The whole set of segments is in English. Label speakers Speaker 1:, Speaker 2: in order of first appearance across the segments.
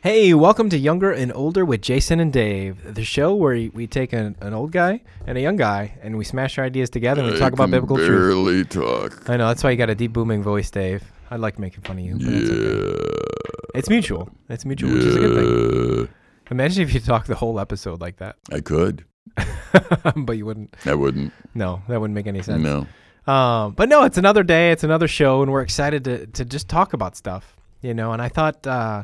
Speaker 1: Hey, welcome to Younger and Older with Jason and Dave, the show where we take an, an old guy and a young guy and we smash our ideas together and we
Speaker 2: I
Speaker 1: talk about
Speaker 2: can
Speaker 1: biblical truth.
Speaker 2: barely talk.
Speaker 1: I know, that's why you got a deep booming voice, Dave. I like making fun of you. But it's, okay. it's mutual. It's mutual, which is a good thing.
Speaker 2: Yeah.
Speaker 1: Imagine if you talk the whole episode like that,
Speaker 2: I could.
Speaker 1: but you wouldn't.
Speaker 2: I wouldn't.
Speaker 1: No, that wouldn't make any sense.
Speaker 2: No.
Speaker 1: Um, but no, it's another day, it's another show, and we're excited to to just talk about stuff, you know. And I thought uh,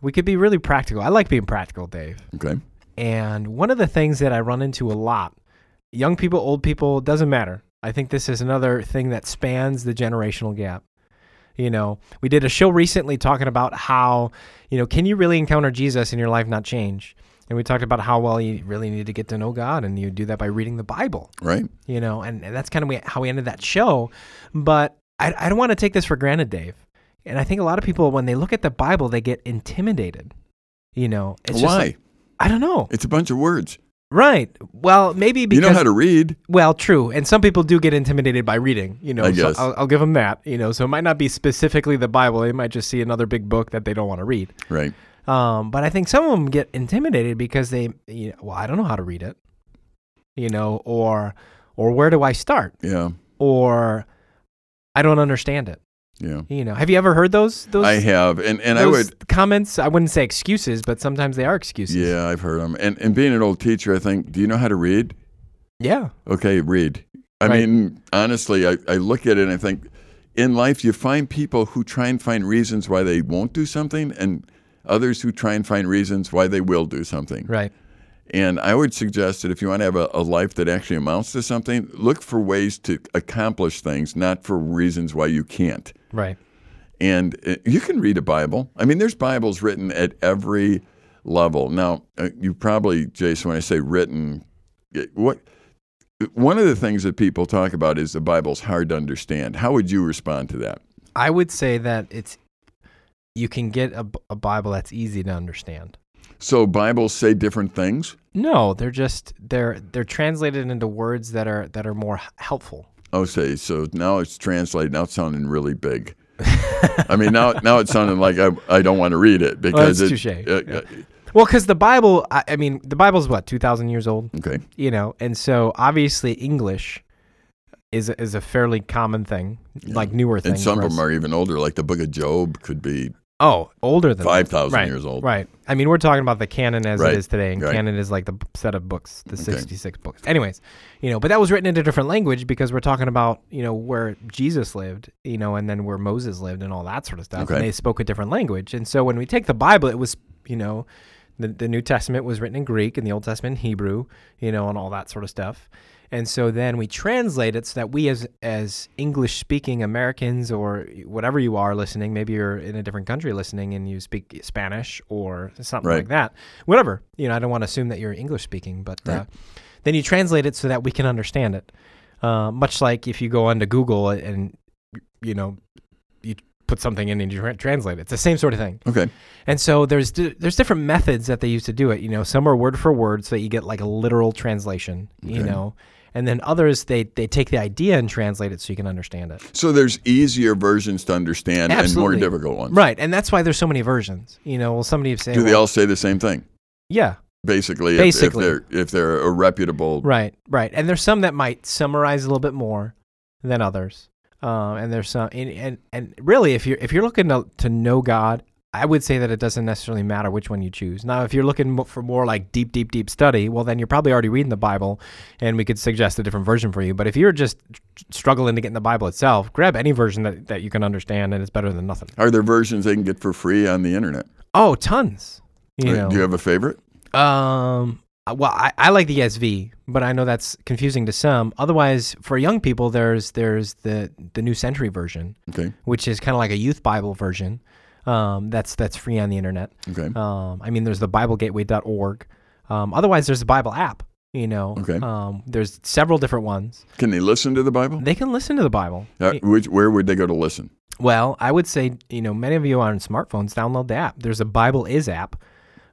Speaker 1: we could be really practical. I like being practical, Dave.
Speaker 2: Okay.
Speaker 1: And one of the things that I run into a lot, young people, old people, doesn't matter. I think this is another thing that spans the generational gap. You know, we did a show recently talking about how, you know, can you really encounter Jesus and your life not change? And we talked about how well you really need to get to know God, and you do that by reading the Bible
Speaker 2: Right.
Speaker 1: you know, and, and that's kind of how we ended that show. But I, I don't want to take this for granted, Dave. And I think a lot of people, when they look at the Bible, they get intimidated. You know, it's just
Speaker 2: Why?
Speaker 1: like- I don't know.
Speaker 2: it's a bunch of words.
Speaker 1: Right. Well, maybe
Speaker 2: You
Speaker 1: because
Speaker 2: know how to read.
Speaker 1: well, true. And some people do get intimidated by reading, you know.
Speaker 2: I
Speaker 1: so
Speaker 2: guess.
Speaker 1: I'll, I'll give them that, you know. So it might not be specifically the Bible. They might just see another big book that they don't want to read.
Speaker 2: Right.
Speaker 1: Um, but I think some of them get intimidated because they, you know, well, I don't know how to read it, you know, or or where do I start?
Speaker 2: Yeah.
Speaker 1: or I don't understand it.
Speaker 2: Yeah.
Speaker 1: You know, have you ever heard those those,
Speaker 2: I have, and and I
Speaker 1: those
Speaker 2: would.
Speaker 1: comments? I wouldn't say excuses, but sometimes they are excuses.
Speaker 2: Yeah, I've heard them. And and being an old teacher, I think. Do you know how to read?
Speaker 1: yeah,
Speaker 2: Okay, read. I
Speaker 1: Right.
Speaker 2: mean, honestly, I, I look at it and I think, in life, you find people who try and find reasons why they won't do something, and others who try and find reasons why they will do something.
Speaker 1: right.
Speaker 2: And I would suggest that if you want to have a, a life that actually amounts to something, look for ways to accomplish things, not for reasons why you can't.
Speaker 1: Right.
Speaker 2: And uh, you can read a Bible. I mean, there's Bibles written at every level. Now, uh, you probably, Jason, when I say written, uh, what one of the things that people talk about is the Bible's hard to understand. How would you respond to that?
Speaker 1: I would say that it's you can get a, B- a Bible that's easy to understand.
Speaker 2: So Bibles say different things.
Speaker 1: No, they're just they're they're translated into words that are that are more h- helpful.
Speaker 2: Oh, say so now it's translated. Now it's sounding really big. I mean, now now it's sounding like I, I don't want to read it because
Speaker 1: that's
Speaker 2: it-
Speaker 1: touche.
Speaker 2: uh,
Speaker 1: Yeah.
Speaker 2: uh,
Speaker 1: Well, because the Bible, I, I mean, the Bible's what two thousand years old.
Speaker 2: okay,
Speaker 1: you know, and so obviously English is a, is a fairly common thing, like newer things.
Speaker 2: and some
Speaker 1: for
Speaker 2: of them
Speaker 1: us.
Speaker 2: are even older. Like the Book of Job could be
Speaker 1: oh older than that.
Speaker 2: five thousand
Speaker 1: right,
Speaker 2: years old.
Speaker 1: Right. I mean, we're talking about the canon as
Speaker 2: Right,
Speaker 1: it is today, and
Speaker 2: right.
Speaker 1: canon is like the b- set of books, the
Speaker 2: Okay.
Speaker 1: sixty six books. Anyways, you know, but that was written in a different language because we're talking about you know where Jesus lived, you know, and then where Moses lived and all that sort of stuff.
Speaker 2: Okay.
Speaker 1: And they spoke a different language, and so when we take the Bible, it was you know. The, the New Testament was written in Greek and the Old Testament in Hebrew, you know, and all that sort of stuff. And so then we translate it so that we, as as English speaking Americans or whatever you are listening, maybe you're in a different country listening and you speak Spanish or something
Speaker 2: Right.
Speaker 1: like that, whatever. You know, I don't want to assume that you're English speaking, but uh, then you translate it so that we can understand it. Uh, much like if you go onto Google and you know you put something in and you tra- translate it, it's the same sort of thing.
Speaker 2: Okay,
Speaker 1: And so there's di- there's different methods that they use to do it. You know, some are word for word, so that you get like a literal translation. You
Speaker 2: Okay.
Speaker 1: know, and then others they they take the idea and translate it so you can understand it.
Speaker 2: so there's easier versions to understand
Speaker 1: Absolutely.
Speaker 2: and more difficult ones.
Speaker 1: Right, and that's why there's so many versions. You know, well, somebody say,
Speaker 2: Do they
Speaker 1: well,
Speaker 2: all say the same thing?
Speaker 1: yeah,
Speaker 2: Basically, if-
Speaker 1: Basically.
Speaker 2: if, they're if they're a reputable,
Speaker 1: right, right. And there's some that might summarize a little bit more than others. Um, and there's some, and, and and really, if you're if you're looking to to know God, I would say that it doesn't necessarily matter which one you choose. Now, if you're looking mo- for more like deep, deep, deep study, well, then you're probably already reading the Bible, and we could suggest a different version for you. But if you're just struggling to get in the Bible itself, grab any version that, that you can understand, and it's better than nothing.
Speaker 2: are there versions they can get for free on the internet?
Speaker 1: Oh, tons. You
Speaker 2: Or
Speaker 1: know,
Speaker 2: Do you have a favorite?
Speaker 1: Um. uh, Well, I, I like the ESV, but I know that's confusing to some. Otherwise, for young people, there's there's the the New Century version,
Speaker 2: Okay,
Speaker 1: which is kind of like a youth Bible version. Um, that's that's free on the internet.
Speaker 2: okay,
Speaker 1: Um, I mean, there's the BibleGateway.org. Um, otherwise, there's the Bible app. You know,
Speaker 2: Okay.
Speaker 1: um, there's several different ones.
Speaker 2: can they listen to the Bible?
Speaker 1: They can listen to the Bible.
Speaker 2: Uh, which, where would they go to listen?
Speaker 1: Well, I would say you know many of you on smartphones download the app. There's a Bible is app,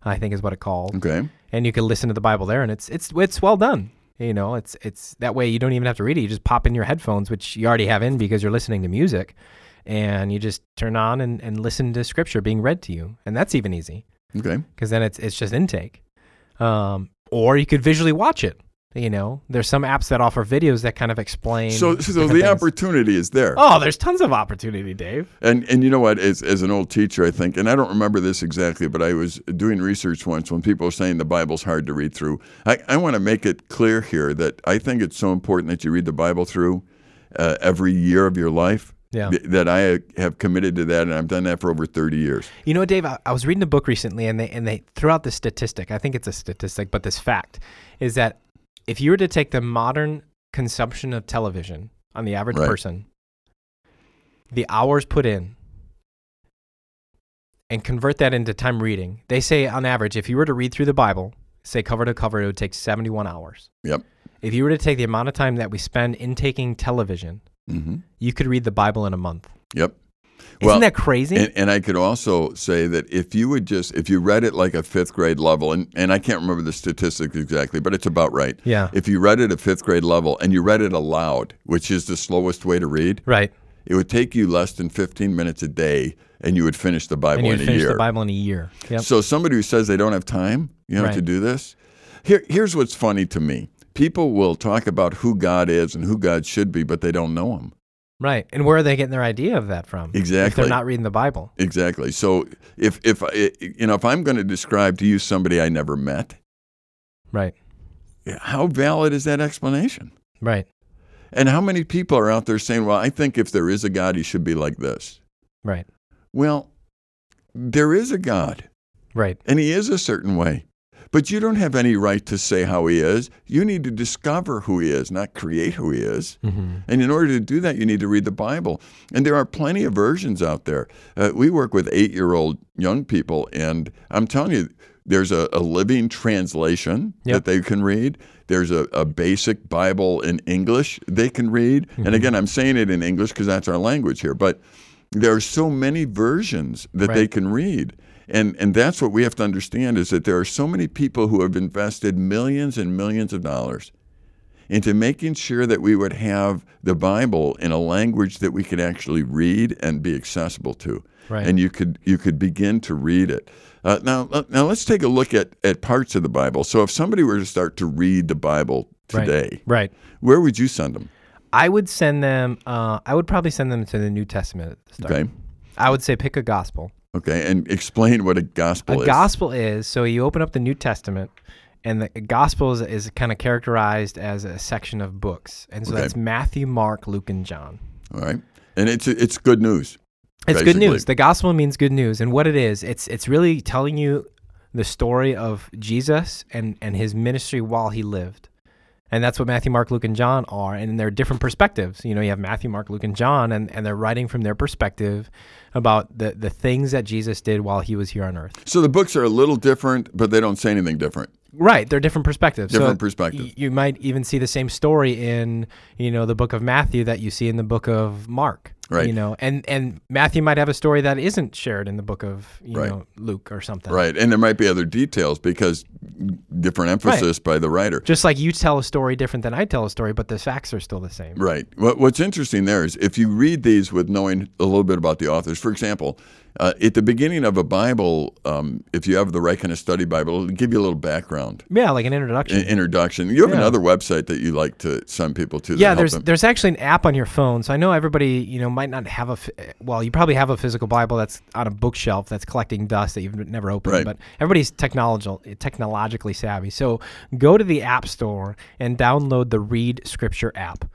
Speaker 1: I think is what it's called.
Speaker 2: Okay.
Speaker 1: and you can listen to the Bible there, and it's it's it's well done. You know, it's it's that way you don't even have to read it. You just pop in your headphones, which you already have in because you're listening to music, and you just turn on and, and listen to scripture being read to you, and that's even easy.
Speaker 2: Okay.
Speaker 1: because then it's it's just intake. Um, or you could visually watch it. You know, there's some apps that offer videos that kind of explain.
Speaker 2: So, so
Speaker 1: different
Speaker 2: the
Speaker 1: things.
Speaker 2: opportunity is there.
Speaker 1: Oh, there's tons of opportunity, Dave.
Speaker 2: And and you know what? As, as an old teacher, I think, and I don't remember this exactly, but I was doing research once when people were saying the Bible's hard to read through. I, I want to make it clear here that I think it's so important that you read the Bible through uh, every year of your life.
Speaker 1: Yeah.
Speaker 2: Th- that I have committed to that, and I've done that for over thirty years.
Speaker 1: You know, Dave, I, I was reading a book recently, and they and they threw out this statistic. I think it's a statistic, but this fact is that if you were to take the modern consumption of television on the average
Speaker 2: Right.
Speaker 1: person, the hours put in, and convert that into time reading, they say on average, if you were to read through the Bible, say cover to cover, it would take seventy-one hours.
Speaker 2: Yep.
Speaker 1: If you were to take the amount of time that we spend intaking television,
Speaker 2: hmm
Speaker 1: you could read the Bible in a month.
Speaker 2: Yep.
Speaker 1: Isn't that crazy?
Speaker 2: And, and I could also say that if you would just, if you read it like a fifth grade level, and, and I can't remember the statistics exactly, but it's about right.
Speaker 1: Yeah.
Speaker 2: If you read it at fifth grade level and you read it aloud, which is the slowest way to read,
Speaker 1: right.
Speaker 2: it would take you less than 15 minutes a day and you would finish the Bible
Speaker 1: And you
Speaker 2: in
Speaker 1: would
Speaker 2: a
Speaker 1: finish
Speaker 2: year.
Speaker 1: the Bible in a year. Yep.
Speaker 2: So somebody who says they don't have time, you know, to
Speaker 1: Right.
Speaker 2: do this. Here, here's what's funny to me. People will talk about who God is and who God should be, but they don't know him.
Speaker 1: Right. And where are they getting their idea of that from? If
Speaker 2: Exactly.
Speaker 1: they're not reading the Bible.
Speaker 2: Exactly. So if if uh, I- you know if I'm going to describe to you somebody I never met,
Speaker 1: Right.
Speaker 2: how valid is that explanation?
Speaker 1: Right.
Speaker 2: And how many people are out there saying, "Well, I think if there is a God, he should be like this."
Speaker 1: Right.
Speaker 2: Well, there is a God,
Speaker 1: Right.
Speaker 2: and he is a certain way. But you don't have any right to say how he is. You need to discover who he is, not create who he is.
Speaker 1: Mm-hmm.
Speaker 2: And in order to do that, you need to read the Bible. And there are plenty of versions out there. Uh, we work with eight year old young people, and I'm telling you, there's a, a living translation
Speaker 1: Yep.
Speaker 2: that they can read. There's a, a basic Bible in English they can read.
Speaker 1: Mm-hmm.
Speaker 2: And again, I'm saying it in English because that's our language here. But there are so many versions that they
Speaker 1: Right.
Speaker 2: can read. And, and that's what we have to understand is that there are so many people who have invested millions and millions of dollars into making sure that we would have the Bible in a language that we could actually read and be accessible to.
Speaker 1: Right.
Speaker 2: And you could you could begin to read it. Uh, now let- now let's take a look at, at parts of the Bible. So if somebody were to start to read the Bible
Speaker 1: Right.
Speaker 2: today,
Speaker 1: Right.
Speaker 2: where would you send them?
Speaker 1: I would send them, uh, I would probably send them to the New Testament at the start.
Speaker 2: Okay.
Speaker 1: I would say pick a gospel.
Speaker 2: Okay, and explain what a
Speaker 1: A
Speaker 2: gospel is.
Speaker 1: gospel is so you open up the New Testament, and the gospel is, is kind of characterized as a section of books. And so
Speaker 2: Okay.
Speaker 1: that's Matthew, Mark, Luke, and John.
Speaker 2: All right. And it's it's good news.
Speaker 1: It's
Speaker 2: basically.
Speaker 1: good news. The gospel means good news, and what it is, it's it's really telling you the story of Jesus and and his ministry while he lived, and that's what Matthew, Mark, Luke, and John are, and they're different perspectives. You know, you have Matthew, Mark, Luke, and John, and and they're writing from their perspective about the the things that Jesus did while he was here on earth.
Speaker 2: So the books are a little different, but they don't say anything different.
Speaker 1: Right, they're different perspectives.
Speaker 2: Different
Speaker 1: so
Speaker 2: perspective.
Speaker 1: y- you might even see the same story in you know the book of Matthew that you see in the book of Mark.
Speaker 2: Right.
Speaker 1: You know, and and Matthew might have a story that isn't shared in the book of you
Speaker 2: Right.
Speaker 1: know Luke or something.
Speaker 2: Right. And there might be other details because different emphasis by the writer.
Speaker 1: Just like you tell a story different than I tell a story, but the facts are still the same.
Speaker 2: Right. What, what's interesting there is if you read these with knowing a little bit about the authors, for example, uh, at the beginning of a Bible, um, if you have the right kind of study Bible, it'll give you a little background,
Speaker 1: Yeah, like an introduction.
Speaker 2: an introduction. You have
Speaker 1: Yeah.
Speaker 2: another website that you like to send people to. that
Speaker 1: yeah,
Speaker 2: help
Speaker 1: there's
Speaker 2: them.
Speaker 1: there's actually an app on your phone. So I know everybody, you know, might not have a ph- well, you probably have a physical Bible that's on a bookshelf that's collecting dust that you've never opened,
Speaker 2: Right.
Speaker 1: but everybody's technological technologically savvy. So go to the App Store and download the Read Scripture app.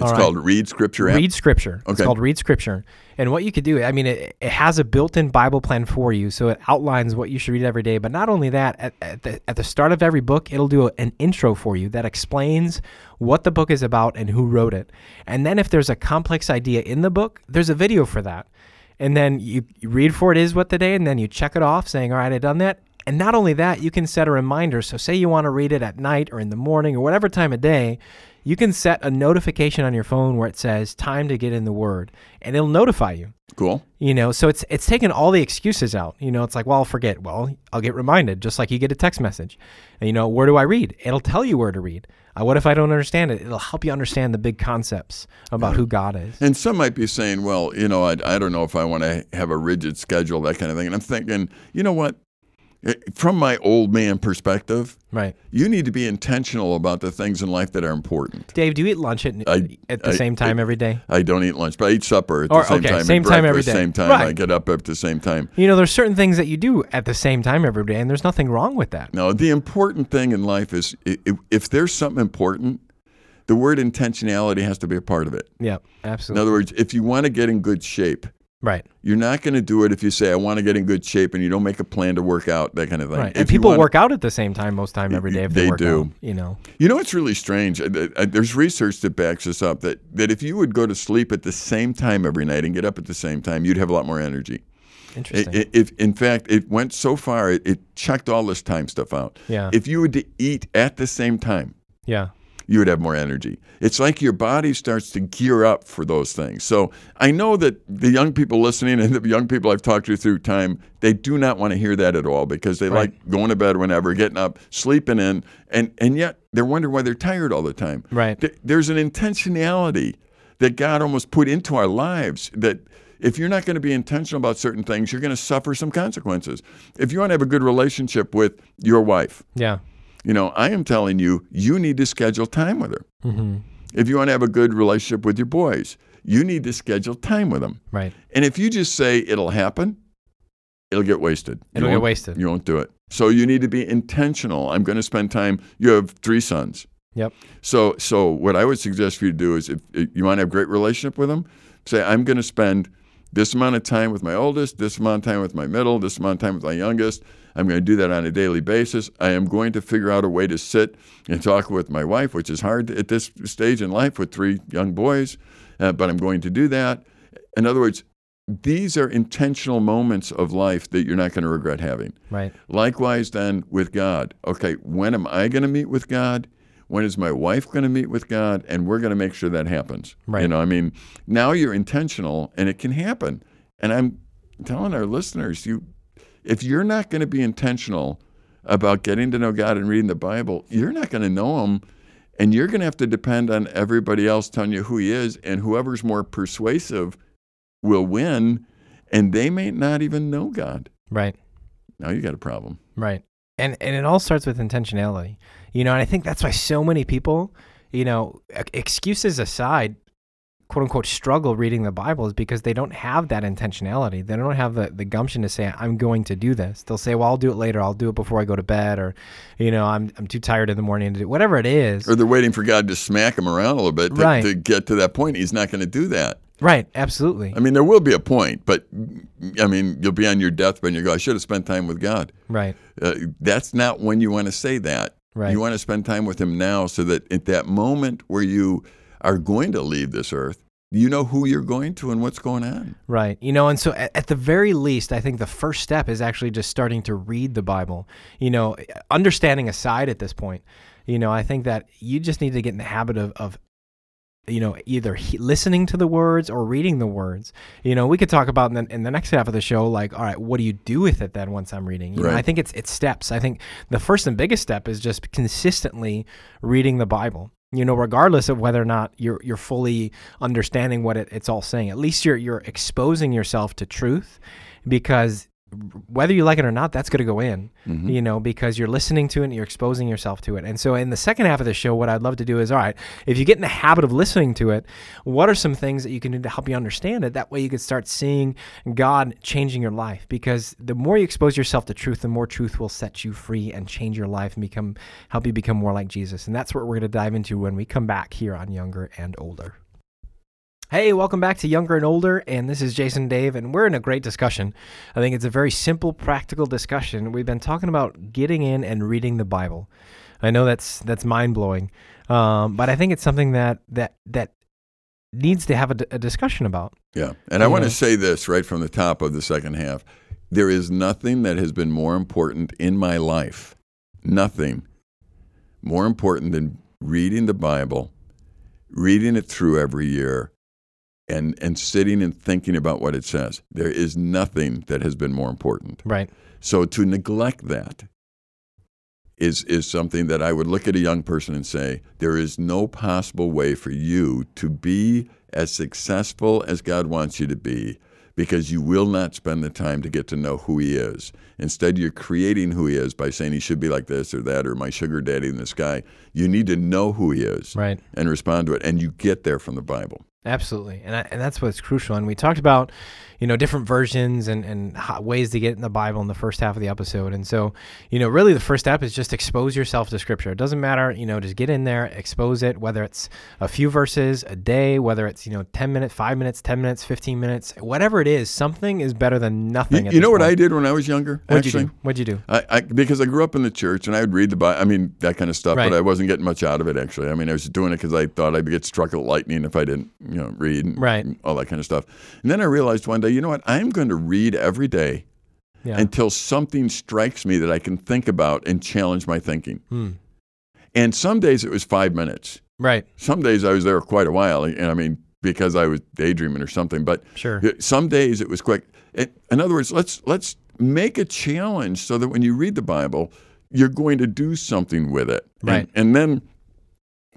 Speaker 2: it's called Read Scripture app.
Speaker 1: Read Scripture. It's
Speaker 2: Okay.
Speaker 1: called Read Scripture. And what you could do, I mean, it, it has a built-in Bible plan for you, so it outlines what you should read every day. But not only that, at, at, the, at the start of every book, it'll do a- an intro for you that explains what the book is about and who wrote it. And then if there's a complex idea in the book, there's a video for that. And then you, you read for it is what the day, and then you check it off, saying, "All right, I done that." And not only that, you can set a reminder. So, say you want to read it at night or in the morning or whatever time of day, you can set a notification on your phone where it says time to get in the word and it'll notify you.
Speaker 2: Cool.
Speaker 1: You know, so it's it's taken all the excuses out. You know, it's like, well, I'll forget. Well, I'll get reminded, just like you get a text message. And, you know, where do I read? It'll tell you where to read. Uh, what if I don't understand it? It'll help you understand the big concepts about who God is.
Speaker 2: And some might be saying, well, you know, I, I don't know if I want to have a rigid schedule, that kind of thing. And I'm thinking, you know what? Eh, from my old man perspective,
Speaker 1: Right.
Speaker 2: you need to be intentional about the things in life that are important.
Speaker 1: Dave, do you eat lunch at,
Speaker 2: I-
Speaker 1: at the
Speaker 2: I-
Speaker 1: same time every day?
Speaker 2: I don't eat lunch, but I eat supper at
Speaker 1: Or,
Speaker 2: the same
Speaker 1: okay,
Speaker 2: time. and
Speaker 1: same time every
Speaker 2: breakfast,
Speaker 1: day.
Speaker 2: Same time. I
Speaker 1: Right.
Speaker 2: get up at the same time.
Speaker 1: You know, there's certain things that you do at the same time every day, and there's nothing wrong with that.
Speaker 2: No, the important thing in life is i- i- if there's something important, the word intentionality has to be a part of it.
Speaker 1: Yeah,
Speaker 2: In
Speaker 1: absolutely.
Speaker 2: other words, if you want to get in good shape,
Speaker 1: Right.
Speaker 2: you're not going to do it if you say, I want to get in good shape and you don't make a plan to work out, that kind of thing.
Speaker 1: Right.
Speaker 2: If
Speaker 1: and
Speaker 2: you
Speaker 1: people
Speaker 2: wanna-
Speaker 1: work out at the same time most time every day if they,
Speaker 2: They
Speaker 1: work
Speaker 2: do.
Speaker 1: out, you know.
Speaker 2: You know, it's really strange. Uh, th- uh, There's research that backs this up that, that if you would go to sleep at the same time every night and get up at the same time, you'd have a lot more energy.
Speaker 1: Interesting.
Speaker 2: I- i- If, in fact, it went so far, it, it checked all this time stuff out.
Speaker 1: Yeah.
Speaker 2: If you were to eat at the same time,
Speaker 1: yeah.
Speaker 2: you would have more energy. It's like your body starts to gear up for those things. So I know that the young people listening and the young people I've talked to through time, they do not want to hear that at all because they
Speaker 1: Right.
Speaker 2: like going to bed whenever, getting up, sleeping in, and, and yet they're wondering why they're tired all the time.
Speaker 1: Right.
Speaker 2: Th- There's an intentionality that God almost put into our lives that if you're not going to be intentional about certain things, you're going to suffer some consequences. If you want to have a good relationship with your wife,
Speaker 1: Yeah.
Speaker 2: you know, I am telling you, you need to schedule time with her.
Speaker 1: Mhm.
Speaker 2: If you want to have a good relationship with your boys, you need to schedule time with them.
Speaker 1: Right.
Speaker 2: And if you just say it'll happen, it'll get wasted. You
Speaker 1: It'll get
Speaker 2: won't-
Speaker 1: wasted.
Speaker 2: You won't do it. So you need to be intentional. I'm going to spend time. You have three sons.
Speaker 1: Yep.
Speaker 2: So, so what I would suggest for you to do is if if you want to have a great relationship with them, say, I'm going to spend this amount of time with my oldest, this amount of time with my middle, this amount of time with my youngest. I'm going to do that on a daily basis. I am going to figure out a way to sit and talk with my wife, which is hard at this stage in life with three young boys, uh, but I'm going to do that. In other words, these are intentional moments of life that you're not going to regret having.
Speaker 1: Right.
Speaker 2: Likewise, then with God. Okay, when am I going to meet with God? When is my wife going to meet with God? And we're going to make sure that happens. You
Speaker 1: Right.
Speaker 2: know, I mean, now you're intentional and it can happen. And I'm telling our listeners, you, if you're not going to be intentional about getting to know God and reading the Bible, you're not going to know Him. And you're going to have to depend on everybody else telling you who He is. And whoever's more persuasive will win. And they may not even know God.
Speaker 1: Right.
Speaker 2: Now you got a problem.
Speaker 1: Right. And and it all starts with intentionality. You know, and I think that's why so many people, you know, e- excuses aside, quote unquote struggle reading the Bible is because they don't have that intentionality. They don't have the, the gumption to say, I'm going to do this. They'll say, Well, I'll do it later, I'll do it before I go to bed, or you know, I'm I'm too tired in the morning to do whatever it is.
Speaker 2: or they're waiting for God to smack him around a little bit to,
Speaker 1: Right.
Speaker 2: to get to that point. He's not going to do that.
Speaker 1: right, absolutely.
Speaker 2: I mean, there will be a point, but I mean, you'll be on your deathbed and you go, "I should have spent time with God."
Speaker 1: right.
Speaker 2: Uh, that's not when you want to say that.
Speaker 1: Right.
Speaker 2: You want to spend time with Him now, so that at that moment where you are going to leave this earth, you know who you're going to and what's going on.
Speaker 1: Right. You know, and so at, at the very least, I think the first step is actually just starting to read the Bible, you know, understanding aside at this point. You know, I think that you just need to get in the habit of, of you know, either he, listening to the words or reading the words. You know, we could talk about in the, in the next half of the show, like, all right, what do you do with it then once I'm reading? You know,
Speaker 2: Right.
Speaker 1: I think it's it's steps. I think the first and biggest step is just consistently reading the Bible. You know, regardless of whether or not you're you're fully understanding what it, it's all saying, at least you're you're exposing yourself to truth, because whether you like it or not, that's going to go in you know, because you're listening to it and you're exposing yourself to it. And so, in the second half of the show, what I'd love to do is all right, if you get in the habit of listening to it, what are some things that you can do to help you understand it? That way, you can start seeing God changing your life because the more you expose yourself to truth, the more truth will set you free and change your life and become help you become more like Jesus. And that's what we're going to dive into when we come back here on Younger and Older. Hey, welcome back to Younger and Older, and this is Jason Dave, and we're in a great discussion. I think it's a very simple, practical discussion. We've been talking about getting in and reading the Bible. I know that's that's mind blowing, um, but I think it's something that that that needs to have a, d- a discussion about.
Speaker 2: Yeah. And I want
Speaker 1: Yeah.
Speaker 2: to say this right from the top of the second half. There is nothing that has been more important in my life, nothing more important than reading the Bible, reading it through every year, and, and sitting and thinking about what it says. There is nothing that has been more important.
Speaker 1: Right.
Speaker 2: So to neglect that is is something that I would look at a young person and say, there is no possible way for you to be as successful as God wants you to be because you will not spend the time to get to know who he is. Instead, you're creating who he is by saying he should be like this or that or my sugar daddy in the sky. You need to know who he is
Speaker 1: Right.
Speaker 2: and respond to it. And you get there from the Bible.
Speaker 1: Absolutely, and I, and that's what's crucial. And we talked about, you know, different versions and and ho- ways to get in the Bible in the first half of the episode. And so, you know, really the first step is just expose yourself to Scripture. It doesn't matter, you know, just get in there, expose it. Whether it's a few verses a day, whether it's you know ten minutes, five minutes, ten minutes, fifteen minutes, whatever it is, something is better than
Speaker 2: You,
Speaker 1: nothing. at
Speaker 2: you
Speaker 1: this
Speaker 2: know what I
Speaker 1: point.
Speaker 2: did when I was younger?
Speaker 1: What'd
Speaker 2: actually?
Speaker 1: you do? What'd you do?
Speaker 2: I, I, because I grew up in the church and I would read the Bible. I mean, that kind of stuff,
Speaker 1: Right.
Speaker 2: but I wasn't getting much out of it, actually. I mean, I was doing it because I thought I'd get struck with lightning if I didn't, you know, read and
Speaker 1: Right.
Speaker 2: and all that kind of stuff. And then I realized one day, you know what? I'm going to read every day
Speaker 1: Yeah.
Speaker 2: until something strikes me that I can think about and challenge my thinking.
Speaker 1: Hmm.
Speaker 2: And some days it was five minutes.
Speaker 1: Right.
Speaker 2: Some days I was there quite a while. And I mean, because I was daydreaming or something, but
Speaker 1: Sure.
Speaker 2: yeah, Some days it was quick. It, in other words, let's let's make a challenge so that when you read the Bible, you're going to do something with it. And-
Speaker 1: Right.
Speaker 2: And, then,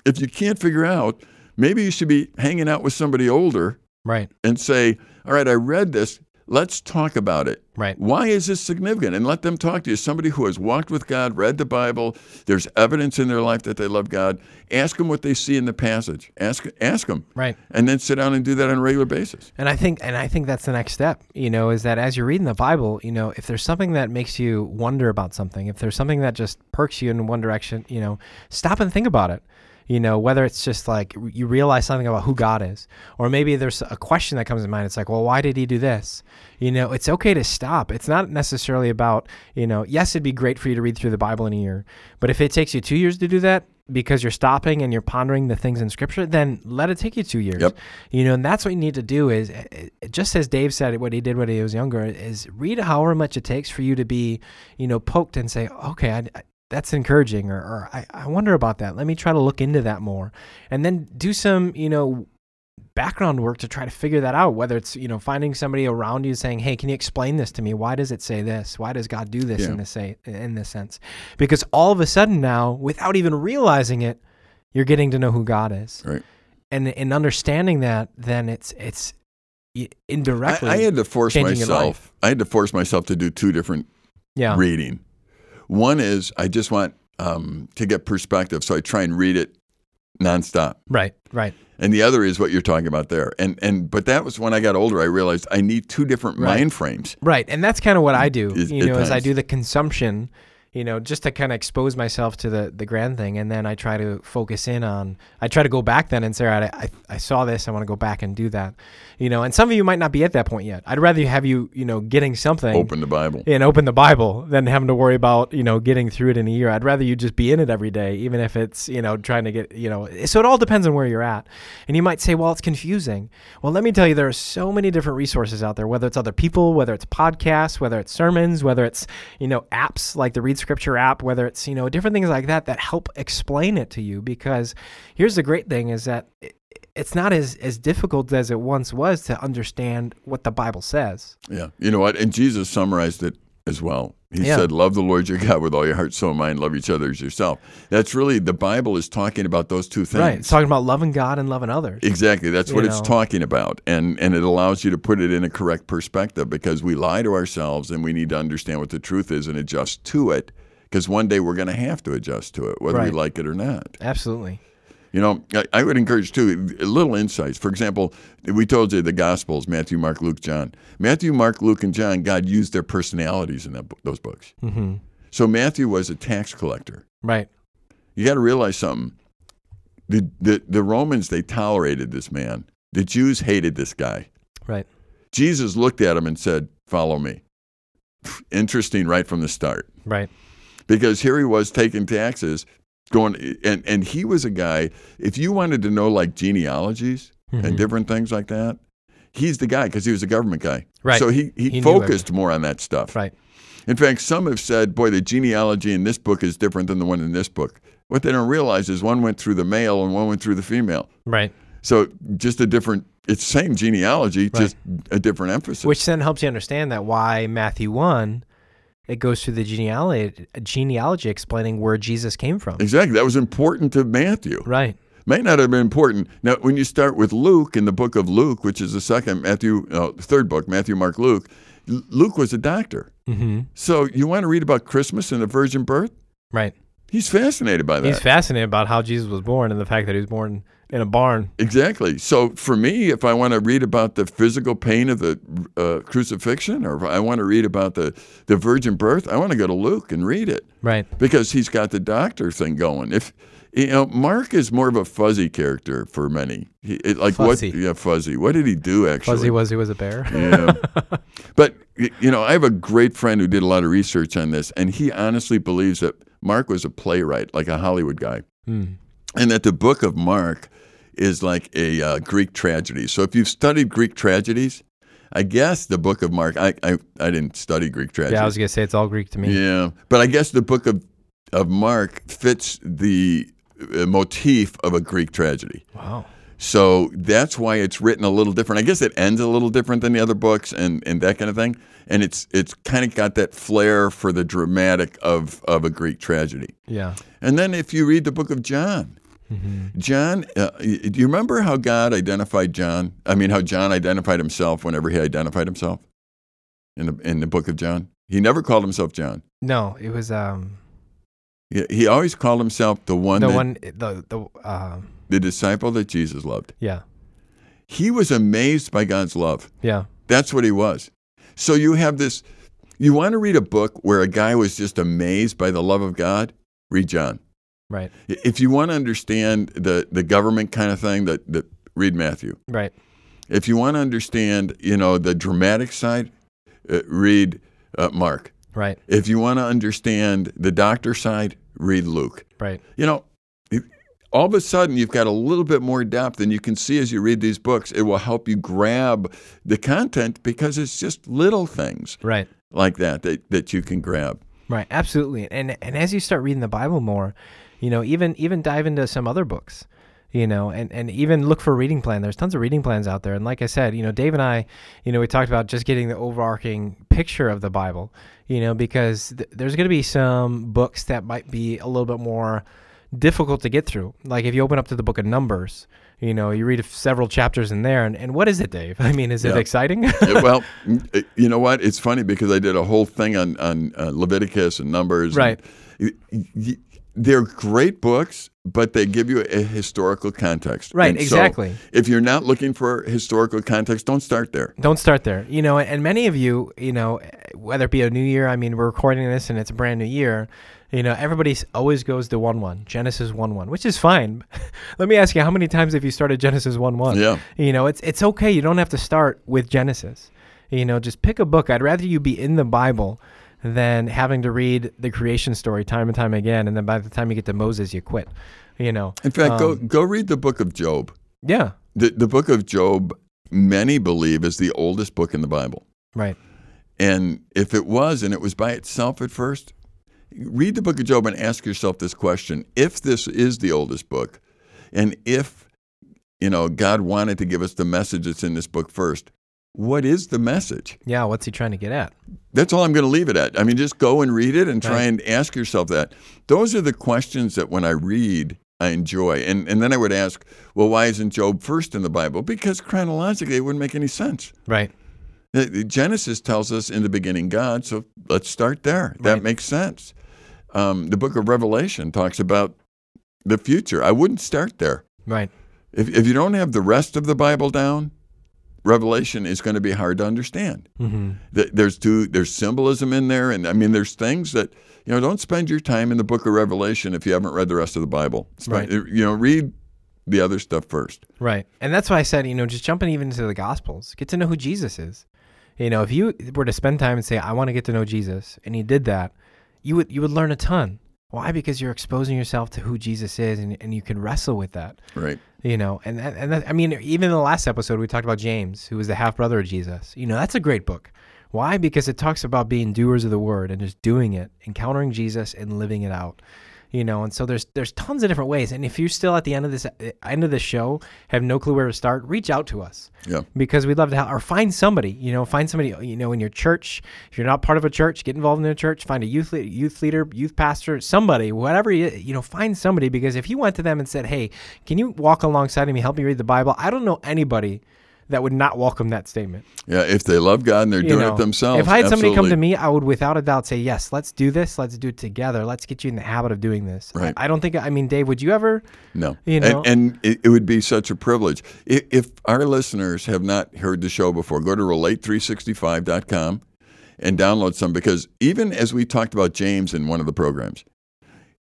Speaker 2: if you can't figure out, maybe you should be hanging out with somebody older
Speaker 1: Right.
Speaker 2: and say, "All right, I read this. Let's talk about it.
Speaker 1: Right.
Speaker 2: Why is this significant?" And let them talk to you. Somebody who has walked with God, read the Bible. There's evidence in their life that they love God. Ask them what they see in the passage. Ask ask them,
Speaker 1: Right.
Speaker 2: and then sit down and do that on a regular basis.
Speaker 1: And I think and I think that's the next step, you know, is that as you're reading the Bible, you know, if there's something that makes you wonder about something, if there's something that just perks you in one direction, you know, stop and think about it. You know, whether it's just like r- you realize something about who God is, or maybe there's a question that comes to mind. It's like, well, why did he do this? You know, it's okay to stop. It's not necessarily about, you know, yes, it'd be great for you to read through the Bible in a year, but if it takes you two years to do that, because you're stopping and you're pondering the things in scripture then let it take you two years
Speaker 2: Yep.
Speaker 1: you know and that's what you need to do is eh, eh, just as dave said what he did when he was younger is read however much it takes for you to be you know poked and say okay I, I- that's encouraging or, or I, I wonder about that let me try to look into that more and then do some you know background work to try to figure that out whether it's you know finding somebody around you saying hey can you explain this to me why does it say this why does god do this
Speaker 2: Yeah.
Speaker 1: in this say in this sense because all of a sudden now without even realizing it you're getting to know who god is
Speaker 2: Right.
Speaker 1: and in understanding that then it's it's i- indirectly
Speaker 2: I, I had to force
Speaker 1: changing your
Speaker 2: myself. I had to force myself to do two different
Speaker 1: yeah
Speaker 2: reading. One is I just want um, to get perspective, so I try and read it nonstop.
Speaker 1: right right
Speaker 2: And the other is what you're talking about there. And and but that was when I got older. I realized I need two different
Speaker 1: Right.
Speaker 2: mind frames.
Speaker 1: Right, and that's kind of what I do.
Speaker 2: Is-
Speaker 1: you know,
Speaker 2: at
Speaker 1: is I
Speaker 2: times.
Speaker 1: do the consumption, you know, just to kind of expose myself to the the grand thing, and then I try to focus in on. I try to go back then and say, all right, I, I saw this. I want to go back and do that. You know, and some of you might not be at that point yet. I'd rather have you, you know, getting something
Speaker 2: Open the Bible.
Speaker 1: and open the Bible than having to worry about you know getting through it in a year. I'd rather you just be in it every day, even if it's you know trying to get you know. So it all depends on where you're at. And you might say, well, it's confusing. Well, let me tell you, there are so many different resources out there. Whether it's other people, whether it's podcasts, whether it's sermons, whether it's you know apps like the Read Scripture app, whether it's you know different things like that that help explain it to you. Because here's the great thing is that. It, it's not as, as difficult as it once was to understand what the Bible says.
Speaker 2: Yeah. You know what? And Jesus summarized it as well. He
Speaker 1: Yeah.
Speaker 2: said, Love the Lord your God with all your heart, soul, and mind, love each other as yourself. That's really the Bible is talking about those two things.
Speaker 1: Right. It's talking about loving God and loving others.
Speaker 2: Exactly. That's what
Speaker 1: You
Speaker 2: it's
Speaker 1: know.
Speaker 2: talking about. And and it allows you to put it in a correct perspective because we lie to ourselves and we need to understand what the truth is and adjust to it because one day we're going to have to adjust to it whether we
Speaker 1: Right.
Speaker 2: like it or not.
Speaker 1: Absolutely.
Speaker 2: You know, I, I would encourage too little insights. For example, we told you the gospels, Matthew, Mark, Luke, John. Matthew, Mark, Luke and John, God used their personalities in that, bo- those books.
Speaker 1: hmm
Speaker 2: So Matthew was a tax collector
Speaker 1: Right.
Speaker 2: you got to realize something. The, the, the Romans, they tolerated this man. The Jews hated this guy.
Speaker 1: Right.
Speaker 2: Jesus looked at him and said, Follow me. Interesting right from the start.
Speaker 1: Right.
Speaker 2: Because here he was taking taxes, going, and, and he was a guy, if you wanted to know like genealogies
Speaker 1: Mm-hmm.
Speaker 2: and different things like that, he's the guy because he was a government guy.
Speaker 1: Right.
Speaker 2: So he, he,
Speaker 1: He knew
Speaker 2: focused more on that stuff.
Speaker 1: Right.
Speaker 2: In fact, some have said, boy, the genealogy in this book is different than the one in this book. What they don't realize is one went through the male and one went through the female.
Speaker 1: Right.
Speaker 2: So just a different, it's same genealogy, just a different emphasis.
Speaker 1: Which then helps you understand that why Matthew 1, it goes through the genealogy, genealogy explaining where Jesus came from.
Speaker 2: exactly. That was important to Matthew.
Speaker 1: Right.
Speaker 2: May not have been important. Now, when you start with Luke in the book of Luke, which is the second Matthew, uh, third book, Matthew, Mark, Luke, L- Luke was a doctor.
Speaker 1: Mm-hmm.
Speaker 2: So you want to read about Christmas and the virgin birth?
Speaker 1: Right.
Speaker 2: He's fascinated by that.
Speaker 1: He's fascinated about how Jesus was born and the fact that he was born in a barn.
Speaker 2: Exactly. So for me, if I want to read about the physical pain of the uh, crucifixion, or if I want to read about the, the virgin birth, I want to go to Luke and read it
Speaker 1: Right.
Speaker 2: because he's got the doctor thing going. If you know, Mark is more of a fuzzy character for many. He, it, like
Speaker 1: Fuzzy.
Speaker 2: what? Yeah, fuzzy. What did he do actually?
Speaker 1: Fuzzy Wuzzy was a bear.
Speaker 2: Yeah. but, y- you know, I have a great friend who did a lot of research on this, and he honestly believes that Mark was a playwright, like a Hollywood guy,
Speaker 1: Hmm.
Speaker 2: and that the book of Mark is like a uh, Greek tragedy. So if you've studied Greek tragedies, I guess the book of Mark, I, I, I didn't study Greek tragedies.
Speaker 1: Yeah, I was gonna say it's all Greek to me.
Speaker 2: Yeah, but I guess the book of of Mark fits the uh, motif of a Greek tragedy.
Speaker 1: Wow.
Speaker 2: So that's why it's written a little different. I guess it ends a little different than the other books and, and that kind of thing. And it's it's kind of got that flair for the dramatic of, of a Greek tragedy.
Speaker 1: Yeah. Mm-hmm.
Speaker 2: And then if you read the book of John, John, uh, y- do you remember how God identified John? I mean, how John identified himself whenever he identified himself in the in the book of John. He never called himself John.
Speaker 1: No, it was um
Speaker 2: He, he always called himself the one,
Speaker 1: the
Speaker 2: that,
Speaker 1: one the the uh,
Speaker 2: the disciple that Jesus loved.
Speaker 1: yeah
Speaker 2: He was amazed by God's love.
Speaker 1: yeah
Speaker 2: That's what he was. So you have this, you want to read a book where a guy was just amazed by the love of God? Read John.
Speaker 1: right
Speaker 2: If you want to understand the, the government kind of thing, that, that read Matthew.
Speaker 1: right
Speaker 2: If you want to understand, you know, the dramatic side, uh, read uh, Mark.
Speaker 1: right
Speaker 2: If you want to understand the doctor side, read Luke.
Speaker 1: right
Speaker 2: You know, if- all of a sudden you've got a little bit more depth, and you can see as you read these books, it will help you grab the content because it's just little things
Speaker 1: right
Speaker 2: like that that, that you can grab.
Speaker 1: right absolutely and and as you start reading the Bible more, you know even even dive into some other books, you know and and even look for a reading plan. There's tons of reading plans out there, and like I said, you know Dave and I, you know we talked about just getting the overarching picture of the Bible, you know because th- there's going to be some books that might be a little bit more difficult to get through. Like if you open up to the book of Numbers, you know you read several chapters in there, and and what is it, Dave? I mean, is it
Speaker 2: Yeah.
Speaker 1: exciting?
Speaker 2: Uh, well, m- uh, you know what? It's funny because I did a whole thing on, on uh, Leviticus and Numbers. and-
Speaker 1: Right.
Speaker 2: Y- y- they're great books, but they give you a historical context.
Speaker 1: Right,
Speaker 2: so
Speaker 1: exactly.
Speaker 2: if you're not looking for historical context, don't start there.
Speaker 1: Don't start there. You know, and many of you, you know, whether it be a new year, I mean, we're recording this and it's a brand new year. You know, everybody s- always goes to 1 1, Genesis 1 1, which is fine. Let me ask you, how many times have you started Genesis 1 1?
Speaker 2: Yeah.
Speaker 1: You know, it's, it's okay. You don't have to start with Genesis. You know, just pick a book. I'd rather you be in the Bible than having to read the creation story time and time again. And then by the time you get to Moses, you quit. You know,
Speaker 2: In fact, go,
Speaker 1: Um.
Speaker 2: go read the book of Job.
Speaker 1: yeah,
Speaker 2: The, the book of Job, many believe, is the oldest book in the Bible.
Speaker 1: right.
Speaker 2: And if it was, and it was by itself at first, read the book of Job and ask yourself this question if this is the oldest book, and if you know God wanted to give us the message that's in this book first, what is the message?
Speaker 1: Yeah, what's he trying to get at?
Speaker 2: That's all I'm going to leave it at. I mean, just go and read it and try
Speaker 1: Right.
Speaker 2: and ask yourself that. Those are the questions that when I read, I enjoy. And, and then I would ask, well, why isn't Job first in the Bible? Because chronologically, it wouldn't make any sense.
Speaker 1: Right.
Speaker 2: The- the Genesis tells us in the beginning God, so let's start there.
Speaker 1: Right.
Speaker 2: That makes sense. Um, the book of Revelation talks about the future. I wouldn't start there.
Speaker 1: Right.
Speaker 2: If, if you don't have the rest of the Bible down, Revelation is going to be hard to understand
Speaker 1: hmm
Speaker 2: th- there's two there's symbolism in there and i mean there's things that you know don't spend your time in the book of revelation if you haven't read the rest of the bible Spend- you know read the other stuff first
Speaker 1: Right. And that's why I said, you know, just jumping even into the Gospels, get to know who Jesus is. You know, if you were to spend time and say, I want to get to know Jesus, and you did that, you would you would learn a ton. Why? Because you're exposing yourself to who Jesus is and, and you can wrestle with that.
Speaker 2: right
Speaker 1: You know, and that, and that, I mean, even in the last episode, we talked about James, who was the half brother of Jesus. You know, that's a great book. Why? Because it talks about being doers of the word and just doing it, encountering Jesus and living it out. you know and so there's there's tons of different ways and if you're still at the end of this end of the show have no clue where to start reach out to us
Speaker 2: Yeah.
Speaker 1: because we'd love to help or find somebody you know find somebody you know in your church if you're not part of a church get involved in a church find a youth leader, youth leader youth pastor somebody whatever you, you know find somebody because if you went to them and said hey can you walk alongside of me help me read the bible i don't know anybody that would not welcome that statement
Speaker 2: Yeah, if they love God and they're
Speaker 1: you
Speaker 2: doing
Speaker 1: know,
Speaker 2: it themselves.
Speaker 1: If I had somebody come
Speaker 2: absolutely.
Speaker 1: to me, I would without a doubt say, yes, let's do this. Let's do it together. Let's get you in the habit of doing this. I-
Speaker 2: Right.
Speaker 1: I, don't think, I mean, Dave, would you ever?
Speaker 2: No.
Speaker 1: You know?
Speaker 2: And, and it, it would be such a privilege. If, if our listeners have not heard the show before, go to relate365.com and download some because even as we talked about James in one of the programs,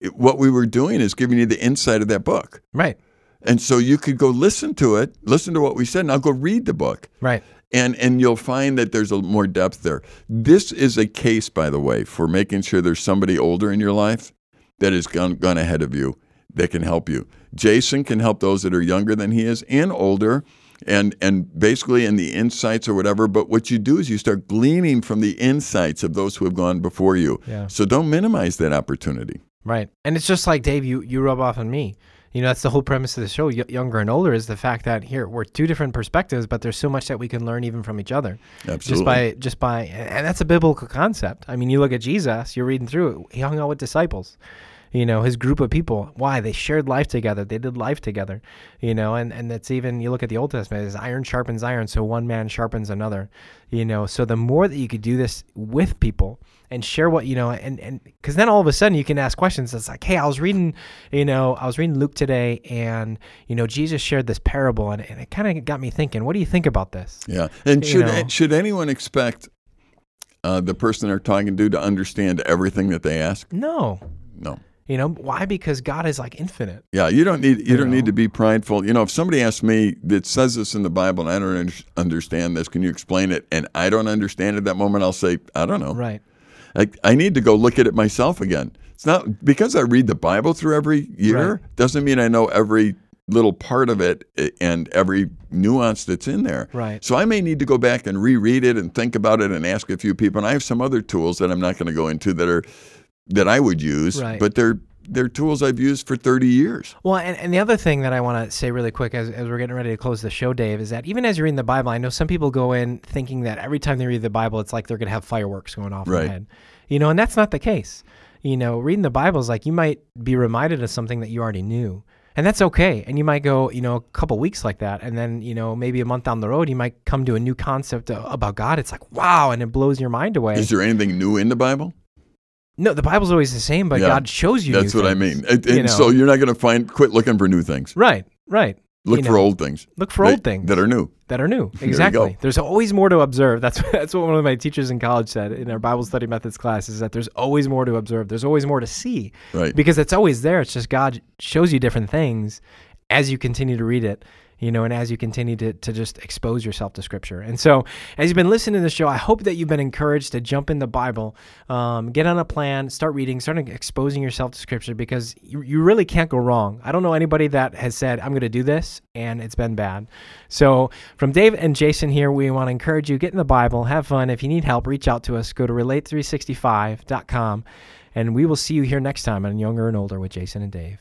Speaker 2: it, what we were doing is giving you the insight of that book.
Speaker 1: Right,
Speaker 2: And so you could go listen to it, listen to what we said, now go read the book.
Speaker 1: right.
Speaker 2: And, and you'll find that there's a more depth there. This is a case, by the way, for making sure there's somebody older in your life that has gone, gone ahead of you that can help you. Jason can help those that are younger than he is and older, and, and basically in the insights or whatever. But what you do is you start gleaning from the insights of those who have gone before you.
Speaker 1: Yeah.
Speaker 2: So don't minimize that opportunity.
Speaker 1: Right. And it's just like, Dave, you, you rub off on me. You know, that's the whole premise of the show, y- younger and older, is the fact that here we're two different perspectives, but there's so much that we can learn even from each other.
Speaker 2: Absolutely.
Speaker 1: Just by, just by, and and that's a biblical concept. I mean, you look at Jesus, you're reading through it. He hung out with disciples, you know, his group of people. Why? They shared life together. They did life together, you know, and, and that's even, you look at the Old Testament, is iron sharpens iron. So one man sharpens another, you know. So the more that you could do this with people and share what, you know, and, and, cause then all of a sudden you can ask questions. It's like, hey, I was reading, you know, I was reading Luke today and, you know, Jesus shared this parable and, and it kind of got me thinking, what do you think about this?
Speaker 2: Yeah, and
Speaker 1: You
Speaker 2: should
Speaker 1: know.
Speaker 2: should anyone expect uh, the person they're talking to to understand everything that they ask?
Speaker 1: No.
Speaker 2: No.
Speaker 1: You know why? Because God is like infinite.
Speaker 2: Yeah, you don't need you, don't
Speaker 1: know.
Speaker 2: need to be prideful. You know, if somebody asks me that says this in the Bible and I don't under- understand this, can you explain it? And I don't understand at that moment, I'll say I don't know.
Speaker 1: Right.
Speaker 2: I, I need to go look at it myself again. It's not because I read the Bible through every year doesn't mean I know every little part of it i- and every nuance that's in there.
Speaker 1: Right.
Speaker 2: So I may need to go back and reread it and think about it and ask a few people. And I have some other tools that I'm not going to go into that are that I would use,
Speaker 1: Right.
Speaker 2: but they're they're tools I've used for 30 years.
Speaker 1: Well, and, and the other thing that I want to say really quick as, as we're getting ready to close the show, Dave, is that even as you're reading the Bible, I know some people go in thinking that every time they read the Bible, it's like they're going to have fireworks going off in their
Speaker 2: Right.
Speaker 1: head. You know, and that's not the case. You know, reading the Bible is like you might be reminded of something that you already knew. And that's okay. And you might go, you know, a couple weeks like that. And then, you know, maybe a month down the road, you might come to a new concept a- about God. It's like, wow. And it blows your mind away.
Speaker 2: Is there anything new in the Bible?
Speaker 1: No, the Bible's always the same, but
Speaker 2: Yeah.
Speaker 1: God shows you. new
Speaker 2: That's what I
Speaker 1: things,
Speaker 2: mean. And,
Speaker 1: you
Speaker 2: and
Speaker 1: know?
Speaker 2: so you're not going to find quit looking for new things.
Speaker 1: right, right.
Speaker 2: Look
Speaker 1: You
Speaker 2: for
Speaker 1: know,
Speaker 2: old things.
Speaker 1: Look for
Speaker 2: that-
Speaker 1: old things
Speaker 2: that are new.
Speaker 1: that are new.
Speaker 2: you
Speaker 1: Exactly.
Speaker 2: go.
Speaker 1: There's always more to observe. That's that's what one of my teachers in college said in our Bible study methods class is that there's always more to observe. There's always more to see
Speaker 2: Right.
Speaker 1: because it's always there. It's just God shows you different things as you continue to read it, you know, and as you continue to, to just expose yourself to Scripture. And so, as you've been listening to the show, I hope that you've been encouraged to jump in the Bible, um, get on a plan, start reading, start exposing yourself to Scripture because you, you really can't go wrong. I don't know anybody that has said, I'm going to do this, and it's been bad. So, from Dave and Jason here, we want to encourage you get in the Bible, have fun. If you need help, reach out to us. Go to relate365.com. And we will see you here next time on Younger and Older with Jason and Dave.